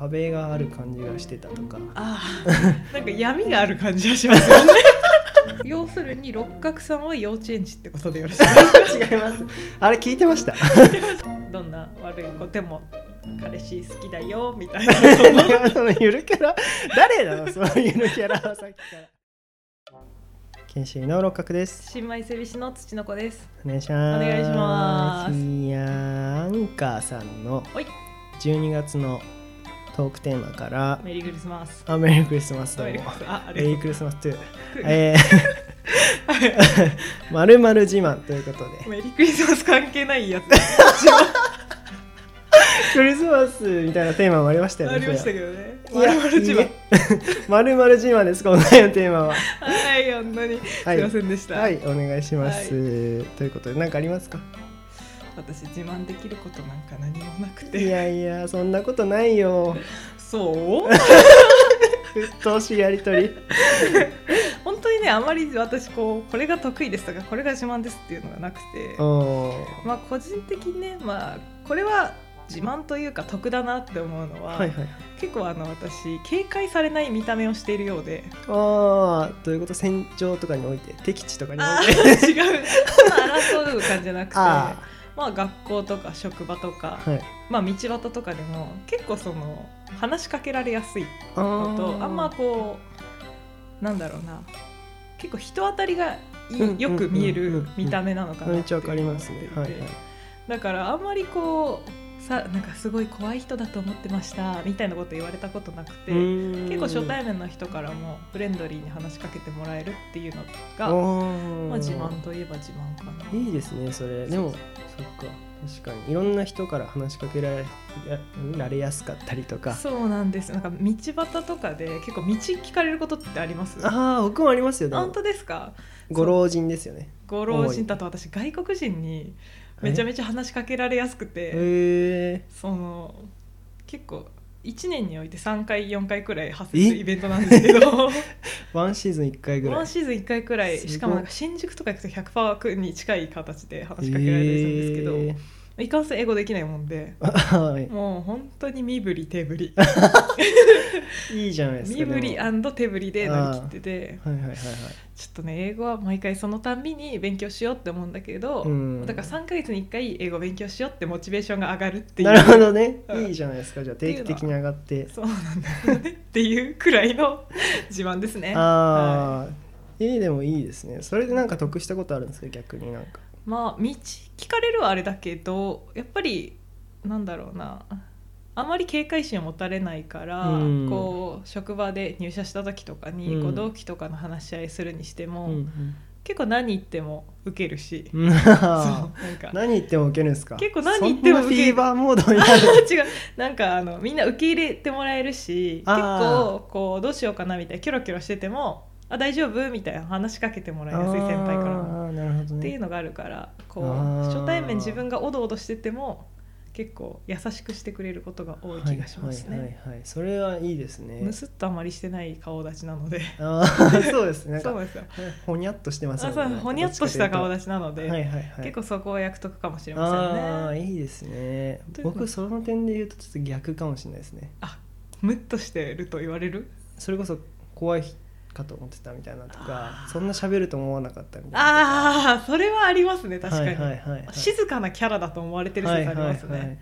壁がある感じがしてたとかああ なんか闇がある感じがしますよね要するに六角さんは幼稚園児ってことでよろしいですか 違いますあれ聞いてま したどんな悪い子でも彼氏好きだよみたいなそのそのゆるキャラ誰なのそのゆるキャラはさっきから研修医の六角です 新米整備士の土の子ですお願いしますお願いしますいやーアンカーさんのはい12月のトークテーマからメリークリスマスあメリークリスマスだメもリークリスマスああメりリーがとクリスマス2うえー まるまる自慢ということでメリークリスマス関係ないやつクリスマスみたいなテーマもありましたよね。ありましたけけどね丸々自慢。まるまる自慢です、今回のテーマは。はい本当にすはいい、ませんでした、はい、お願いします。ということで、何かありますか私自慢できることなんか何もなくいてやいや、そんなことないよ。そううっとうしいやりと り。本当にねあまり私こうこれが得意ですとかこれが自慢ですっていうのがなくておーまあ個人的にねまあこれは自慢というか得だなって思うのは、はいはい。結構あの私警戒されない見た目をしているようでああ、ということ、戦場とかにおいて、敵地とかにあおいて。ー 違うそんな争う感じじゃなくてあまあ学校とか職場とか、あ、はい。まあ道端とかでも結構その話しかけられやすいあのとーあんまこうなんだろうな結構人当たりがいうんよく見えうんうんうるん見た目なのかなめっってちゃいうわかりますね。思はっいてはいて。だからあんまりこうさなんかすごい怖い人だと思ってましたみたいなこと言われたことなくて結結構初対面の人からもフレンドリーに話しかけてもらえるっていうのが、ままあ、自慢といえば自慢かないいですねそれそうでもそっか確かにいろんな人から話しかけられやられやすかったりとかそうなんですなんか道端とかで結構道聞かれることってありますあああ僕もありますよで本も当ですかご老人ですよねご老人だと私外国人にめちゃめちゃ話しかけられやすくて、へその結構1年において3回4回くらい発え生するイベントなんですけ どえワンシーズン1回ぐらワンいシーズン1回くらいすごいしかもなんか新宿とか行くと100%くに近い形で話しかけられたりするんですけど、へえいかんせん英語できないもんであはいもう本当に身振り手振り いいじゃないですか身振りでも手振りで乗り切っててはいはいはいはいちょっとね英語は毎回そのたんびに勉強しようって思うんだけど、うんだから3ヶ月に1回英語勉強しようってモチベーションが上がるっていうなるほどねうんいいじゃないですかじゃあ定期的に上がってそうなんだよねっていうくらいの自慢ですね。はああええでもいいですねそれでなんか得したことあるんですか逆になんかいまあ道聞かれるはあれだけどやっぱりなんだろうなあまり警戒心を持たれないから、うんこう職場で入社した時とかに、うんこう同期とかの話し合いするにしても、うん結構何言っても受けるし、うんそうなんか 何言っても受けるんですか結構何言ってもそんなウケフるィーバーモードになる 違うなんかあのみんな受け入れてもらえるし結あー構こうどうしようかなみたいなキョロキョロしてても「あ大丈夫?」みたいな話しかけてもらいやすい先輩からも。あーなるほどっていねうのがあるからこうあー初対面自分がおどおどしてても結構優しくしてくれることが多い気がしますね。はいはいはいはい、それはいいですねむすっとあまりしてない顔立ちなのでああそうですねなんそうかなんですよ。ほにゃっとしてますあそうほにゃっとした顔立ちなので、ではいはいはい結構そこは役得かもしれませんね。ああーいいですねということ僕その点で言うとちょっと逆かもしれないですねムッとしてると言われるそれこそ怖いかと思ってたみたいなとかそんな喋ると思わなかったみたいなあああそれはありますね確かに、はいはいはいはい静かなキャラだと思われてる説ありますね、はいはいはい、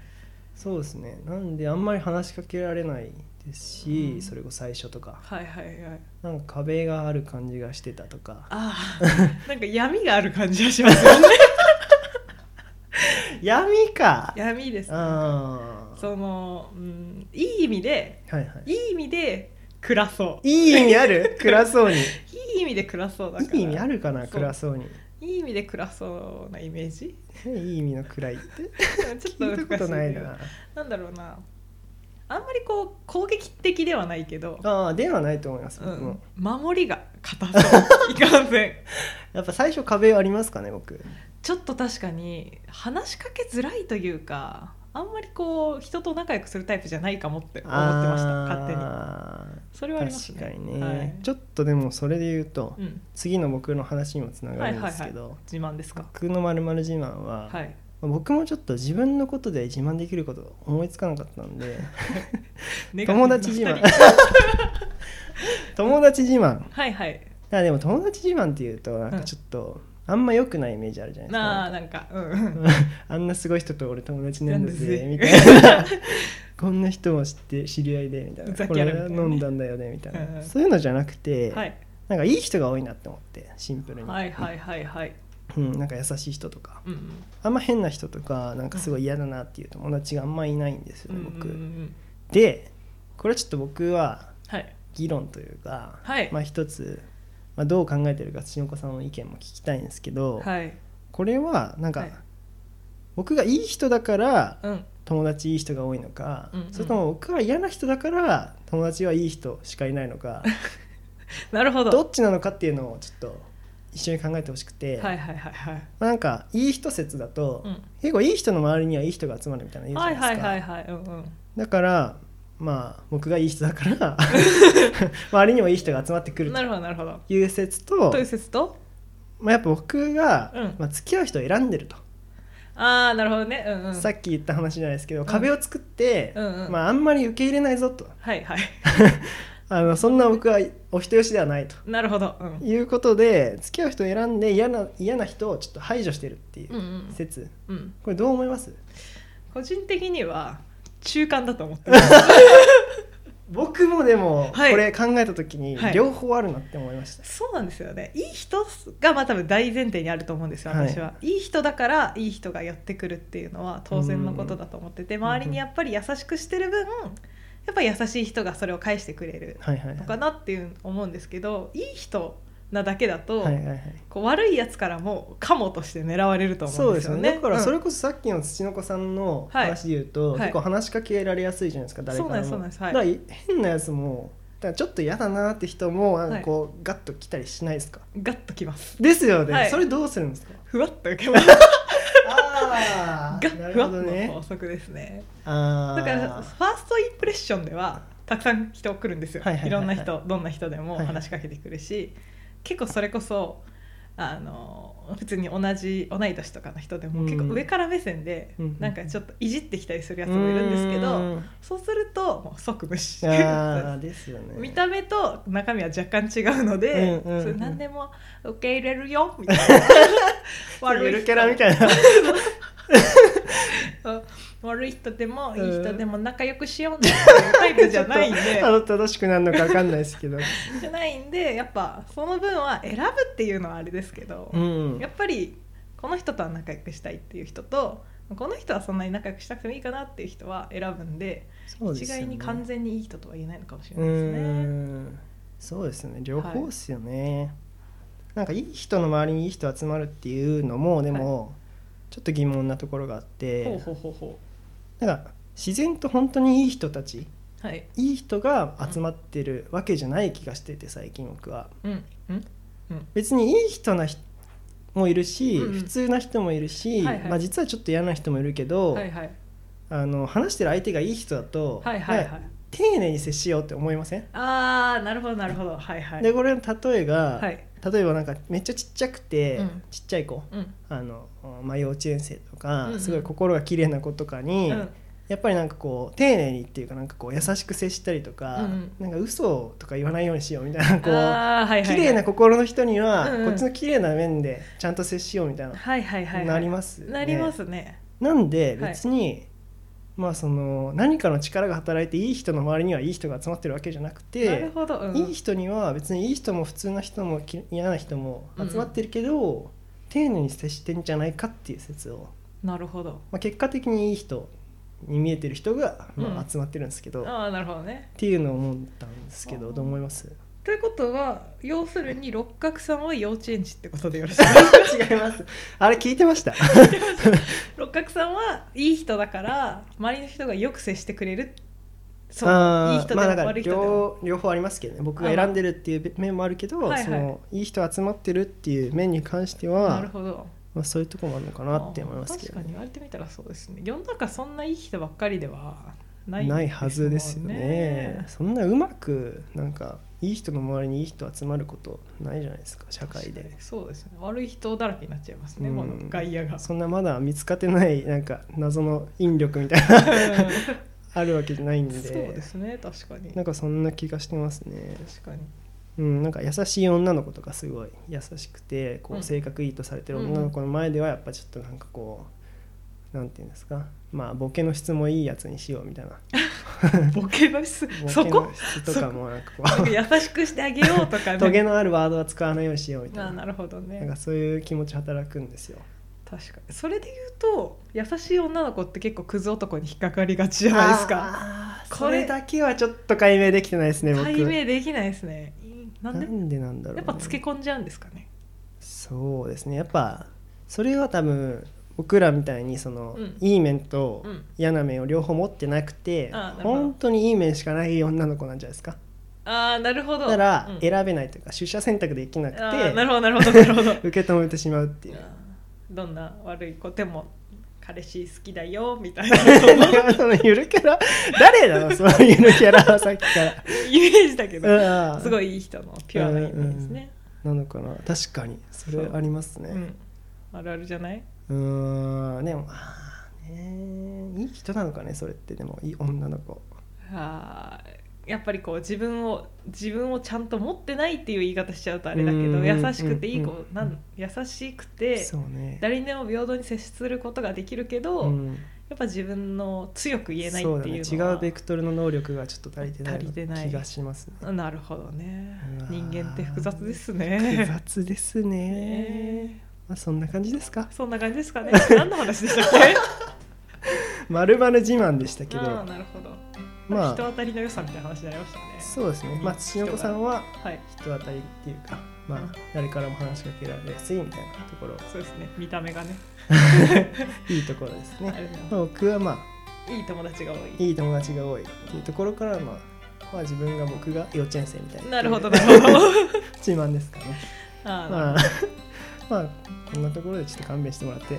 そうですねなんであんまり話しかけられないですし、うんそれこそ最初とかはいはいはいなんか壁がある感じがしてたとかああ なんか闇がある感じがします よね闇か闇ですねああその、うん、いい意味ではいはいいい意味で暗そいい意味ある暗そうにいういい意味で暗そうだからい意味あるかなそう暗そうにいい意味で暗そうなイメージねいい意味の暗いっ てちょっ と聞難しいたいけことどない ななんだろうなあんまりこう攻撃的ではないけど、ああではないと思います、う僕もん、守りが硬そういかん せんやっぱ最初壁ありますかね僕ちょっと確かに話しかけづらいというかあんまりこう人と仲良くするタイプじゃないかもって思ってました勝手に勝それはありますね確かにね、はいちょっとでもそれで言うと、うん、次の僕の話にもつながるんですけど、自慢ですか僕のまる自慢は、はいまあ僕もちょっと自分のことで自慢できること思いつかなかったん でネガティ友ブな達自二慢人 友達自慢は いはいあでも友達自慢っていうとなんかちょっと、あんま良くないイメージあるじゃないですなあかなんかうん あんなすごい人と俺友達なんだぜなんみだたぜいな こんな人も知って知り合いでみたいふなざこけやれがるみたいなね飲んだんだよねみたいうんうなんそういうのじゃなくて、はいなんかいい人が多いなって思ってシンプルに、はいはいはいはいうん、なんか優しい人とかうんうんあんま変な人とかなんかすごい嫌だなっていう友達があんまいないんですよね僕、うんうんうんでこれはちょっと僕ははい議論というか、はいまあ一つ、まあ、どう考えてるか土の子さんの意見も聞きたいんですけど、はいこれはなんか、はい僕がいい人だからうん友達いい人が多いのか、うんうんそれとも僕は嫌な人だから友達はいい人しかいないの かなるほどどっちなのかっていうのをちょっと一緒に考えてほしくて、はいはいはいはいまあなんかいい人説だと、うん結構いい人の周りにはいい人が集まるみたいなの言うはじいゃなはいですいか、はいはいうんうんだからまあ僕がいい人だから 周りにもいい人が集まってくるなるほどなるほどという説とという説とまあ、やっぱ僕が、うんまあ、付き合う人を選んでると、ああなるほどねうんうんさっき言った話じゃないですけど、壁を作って、うんうんまあ、あんまり受け入れないぞとはいはい あのそんな僕はお人よしではないとなるほどうんいうことで付き合う人を選んで嫌な嫌な人をちょっと排除してるっていうんううん説、うんこれどう思います個人的には中間だと思ってます僕もでも、はいこれ考えた時にはい両方あるなって思いました、そうなんですよねいい人がまあ多分大前提にあると思うんですよ私は、い、い人だからいい人がやってくるっていうのは当然のことだと思っててん周りにやっぱり優しくしてる分やっぱり優しい人がそれを返してくれるはい、はいはいのかなっていう思うんですけどいい人なだけだと、はいはいはいこう悪いやつからもカモとして狙われると思そううんでですすよよね。ねだからそれうんこそさっきの土の子さんのはい話で言うと、はい結構話しかけられやすいじゃないですか誰からもそうなんですそうだなかんら変なやつもだからちょっと嫌だなって人もなんかこう、ガッと来たりしないですかガッときます。ですよね、はいそれどうするんですかふわっと受けます。あがーなるふわほっどのね法則ですね。あだからーファーストインプレッションではたくさん人来るんですよ、はいいはいはいろはいんな人どんな人ではもいはい話しかけてくるし、結構それこそあの普通に同じ同い年とかの人でもうん結構上から目線でうんなんかちょっといじってきたりするやつもいるんですけど、うーんそうするともう即無視あーですよね 見た目と中身は若干違うので、うんうんうんそれ何でも受け入れるよ みたいなゆるキャいラ人みたいなあ悪い人でもんいい人でも仲良くしようっていうタイプじゃないんで たど正しくなるのかわかんないですけどじゃないんでやっぱその分は選ぶっていうのはあれですけどう、んやっぱりこの人とは仲良くしたいっていう人とこの人はそんなに仲良くしなくてもいいかなっていう人は選ぶんでそうです一よね概に完全にいい人とは言えないのかもしれうないですね。んそうですね両方ですよね、なんかいい人の周りにいい人集まるっていうのもでも、ちょっと疑問なところがあってほうほうほうほなんか自然と本当にいい人たちうはいいい人が集まってるわけじゃない気がしてて最近僕はうんうん別にいい人な人もいるし、うんうん普通な人もいるし、はいはいまあ、実はちょっと嫌な人もいるけど、はいはいあの話してる相手がいい人だと、はいはいなんはかい丁寧に接しようって思いません、ああなるほどなるほどはいはいでこれの例えが、はい例えばなんかめっちゃちっちゃくて、うんちっちゃい子うんあの、まあ、幼稚園生とか、うんうんすごい心が綺麗な子とかに、うんやっぱりなんかこう丁寧にっていうかなんかこう優しく接したりとか、うんなんか嘘とか言わないようにしようみたいなこう、あーはいはいは綺い麗な心の人には、うんうんこっちの綺麗な面でちゃんと接しようみたいな、はいはいはいはいなりますよねなりますねなんではい別に、まあその何かの力が働いていい人の周りにはいい人が集まってるわけじゃなくてなるほど、うんいい人には別にいい人も普通な人もき嫌な人も集まってるけど、丁寧に接してんじゃないかっていう説を、なるほどまあ、結果的にいい人に見えてる人が、まうあ、ん集まってるんですけど、っああなるほどねていうのを思ったんですけど、あーどう思いますということは要するに六角さんは幼稚園児って ことでよろしいですか違いますあれ聞いてました六角さんはいい人だから周りの人がよく接してくれるそうあーいい人でもまあだから悪い人でも、両両方ありますけどね僕があまあ選んでるっていう面もあるけど、はいはいそのいい人集まってるっていう面に関してなるは、ほどまあ、そういうとこもあるのかなって思いますけ確どかね、に言われてみたらそうですね世の中そんないい人ばっかりではないないはずですよねでそんなうまくなんかいい人の周りにいい人集まることないじゃないですか社す会もんねでそうですね悪い人だらけになっちゃいますね、うんこの外野がそんなまだ見つかってないなんか 謎の引力みたいな あるわけじゃないんうんでそうですね確かになんかそんな気がしてますね確かにうんなんか優しい女の子とかすごい優しくてこううん性格いいとされてる女の子の前ではやっぱちょっとなんかこうなんていうんですかまあボケの質もいいやつにしようみたいなボケの質ボ そケこの質とかもなんかこなんうか優しくしてあげようとかね トゲのあるワードは使わないようにしようみたいあなーなるほどねなんかそういう気持ち働くんですよ。確かにそれで言うと優しい女の子って結構クズ男に引っかかりがちじゃないですかあーここれれだけはちょっと解明できてないですね僕解明できないですねななんでんでなんだろうやなっぱつけ込んじゃうんですかねそうですねやっぱそれは多分僕らみたいにその、うんいい面とうん嫌な面を両方持ってなくて、あーなるほど本当にいい面しかない女の子なんじゃないですかああなるほどだからうん選べないというか、出社選択できなくてあーなるほどなるほどな るほど受け止めてしまうっていうあーどんな悪い子でも彼氏好きだよみたいな そのゆるキャラ誰だろうそのゆるキャラはさっきから イメージだけどうんすごいいい人のピュアなイメージですね、なのかな確かにそれありますうねんあるあるじゃないうーんでもあーねいい人なのかねそれってでもいい女の子あーやっぱりこう自分を自分をちゃんと持ってないっていう言い方しちゃうとあれだけうどんうんうんうん優しくていい子なん優しくてそうね誰にでも平等に接することができるけど、うんやっぱ自分の強く言えないってそうだねいう違のはうベクトルの能力がちょっと足りてない足りてない気がしますねなるほどねうわー人間って複雑です複ね雑ですね、ねまあ、そんな感じですかそんな感じですかね何の話でしたっ けまるまる自慢でしたけどああなるほど、ま人あ当たりの良さみたいな話になりましたねそうですねまあしのこさんははい人当たりっていうかまあ誰からも話しかけられやすいみたいなところそうですね見た目がねいいところですあねれだまあ僕はまあいい友達が多いいい友達が多いっていうところからまあ、まあ、自分が僕が幼稚園生みたいななるほどなるほど自慢ですかねあーまあまあ こんなところでちょっと勘弁してもらって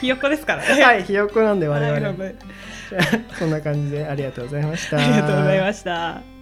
ひよっこですからね。はいひよっこなんで我なる々ほ どじゃあそんな感じでありがとうございましたありがとうございました。